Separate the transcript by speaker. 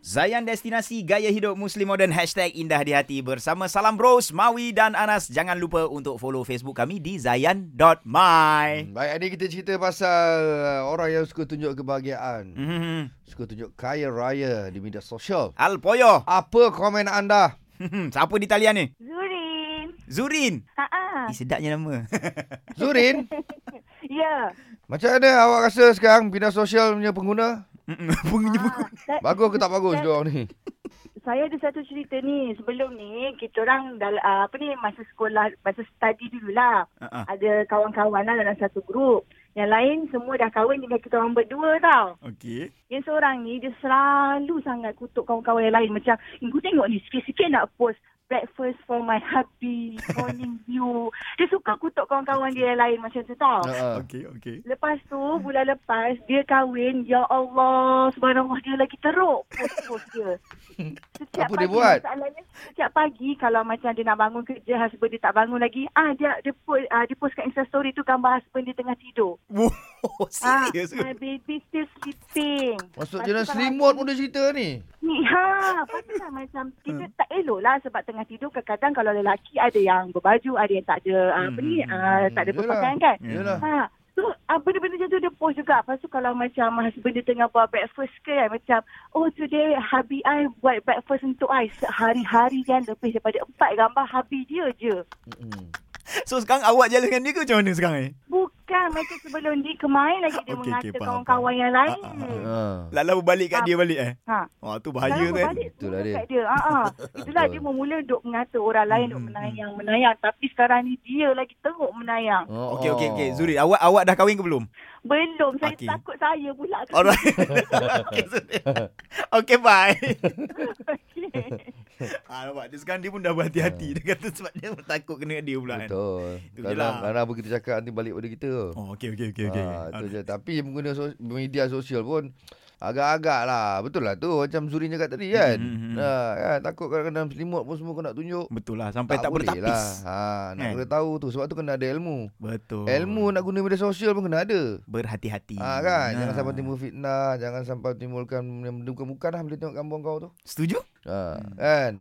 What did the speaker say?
Speaker 1: Zayan Destinasi Gaya Hidup Muslim Modern Hashtag Indah di Hati Bersama Salam Bros, Mawi dan Anas Jangan lupa untuk follow Facebook kami di zayan.my
Speaker 2: Baik, hari ni kita cerita pasal uh, orang yang suka tunjuk kebahagiaan.
Speaker 1: Mhm.
Speaker 2: Suka tunjuk kaya raya di media sosial.
Speaker 1: Al Poyo
Speaker 2: Apa komen anda?
Speaker 1: Siapa di talian ni?
Speaker 3: Zuri.
Speaker 1: Zurin
Speaker 3: Ha
Speaker 1: Eh sedapnya nama
Speaker 2: Zurin,
Speaker 3: Ya.
Speaker 2: macam mana awak rasa sekarang media sosial punya pengguna?
Speaker 1: Pengunjung-pengunjung
Speaker 3: Sa-
Speaker 2: Bagus ke tak bagus dia orang ni?
Speaker 3: Saya ada satu cerita ni. Sebelum ni kita orang dalam ah, apa ni masa sekolah, masa study dululah.
Speaker 1: Ah, ah.
Speaker 3: Ada kawan-kawan lah dalam satu grup. Yang lain semua dah kahwin dengan kita orang berdua tau.
Speaker 1: Okey
Speaker 3: Yang seorang ni dia selalu sangat kutuk kawan-kawan yang lain. Macam, eh, kau tengok ni sikit-sikit nak post breakfast for my hubby, morning view. Dia suka kutuk kawan-kawan dia yang lain macam tu tau.
Speaker 2: Ha.
Speaker 1: Okey okey
Speaker 3: Lepas tu, bulan lepas, dia kahwin. Ya Allah, subhanallah, dia lagi teruk post-post dia. Setiap
Speaker 2: Apa dia buat?
Speaker 3: Masalahnya, setiap pagi kalau macam dia nak bangun kerja, husband dia tak bangun lagi. Ah, dia dia, post, ah, dia post kat Instastory tu gambar husband dia tengah tidur.
Speaker 1: Wow
Speaker 3: Ah,
Speaker 1: Serius ke?
Speaker 3: my baby still sleeping.
Speaker 2: Maksud
Speaker 3: Lepas
Speaker 2: dia
Speaker 3: tu
Speaker 2: nak
Speaker 3: kalau
Speaker 2: selimut pun dia cerita ni.
Speaker 3: Ni ha, patutlah macam
Speaker 2: Hmm.
Speaker 3: kita tak elok lah sebab tengah tidur kadang-kadang kalau lelaki ada yang berbaju, ada yang tak ada ah,
Speaker 2: Hmm,
Speaker 3: apa ni, ah, tak ada
Speaker 2: Yalah.
Speaker 3: berpakaian kan.
Speaker 1: Hmm.
Speaker 2: Yalah.
Speaker 3: Ha. So ah, benda-benda macam tu dia post juga. Lepas tu kalau macam husband dia tengah buat breakfast ke kan macam oh today habi I buat breakfast untuk I sehari-hari kan lebih daripada empat gambar habi dia je.
Speaker 1: So sekarang awak jalan dengan dia ke macam mana sekarang
Speaker 3: Ah.
Speaker 1: ni?
Speaker 3: Bukan macam sebelum ni kemarin lagi dia
Speaker 1: Okey, okey,
Speaker 3: mengata
Speaker 1: faham,
Speaker 3: kawan-kawan
Speaker 1: faham.
Speaker 3: yang lain.
Speaker 1: Ah,
Speaker 2: Ha.
Speaker 1: Lalau balik kat dia balik eh?
Speaker 3: Ha.
Speaker 1: Wah tu
Speaker 3: Bahaya
Speaker 1: bahaya tu eh
Speaker 3: Balik
Speaker 2: Itulah dia.
Speaker 3: Kat dia. Ha, ha. Itulah dia memula duk mengata orang lain
Speaker 1: Hmm,
Speaker 3: duk menayang, menayang. Tapi sekarang ni dia lagi teruk menayang.
Speaker 2: Oh.
Speaker 1: Okey okey okey Zurin awak awak dah kahwin ke belum?
Speaker 3: Belum. Saya
Speaker 1: Okey.
Speaker 3: takut saya pula.
Speaker 1: Alright Okay Zurin Okay bye
Speaker 3: Okey.
Speaker 1: Ah nampak dia sekarang dia pun dah berhati-hati Dia kata sebab dia takut kena dia pula kan
Speaker 2: Ah. Betul.
Speaker 1: Itu je lah.
Speaker 2: Kadang, kadang apa kita cakap nanti balik pada kita.
Speaker 1: Oh okey okey okey okey
Speaker 2: Ha, tu je. Tapi pengguna sos- media sosial pun agak-agak lah. Betul lah tu macam Zurin cakap tadi kan.
Speaker 1: Mhm, mhm.
Speaker 2: Ha, kan? Takut kadang-kadang selimut pun semua kau nak tunjuk.
Speaker 1: Betul lah sampai tak, boleh tapis.
Speaker 2: Ha, nak
Speaker 1: Kan?
Speaker 2: kena tahu tu sebab tu kena ada ilmu.
Speaker 1: Betul.
Speaker 2: Ilmu nak guna media sosial pun kena ada.
Speaker 1: berhati-hati.
Speaker 2: Ha, kan? Jangan sampai timbul fitnah, jangan sampai timbulkan bukan-bukan lah bila tengok gambar kau tu.
Speaker 1: Setuju?
Speaker 2: Ha, kan?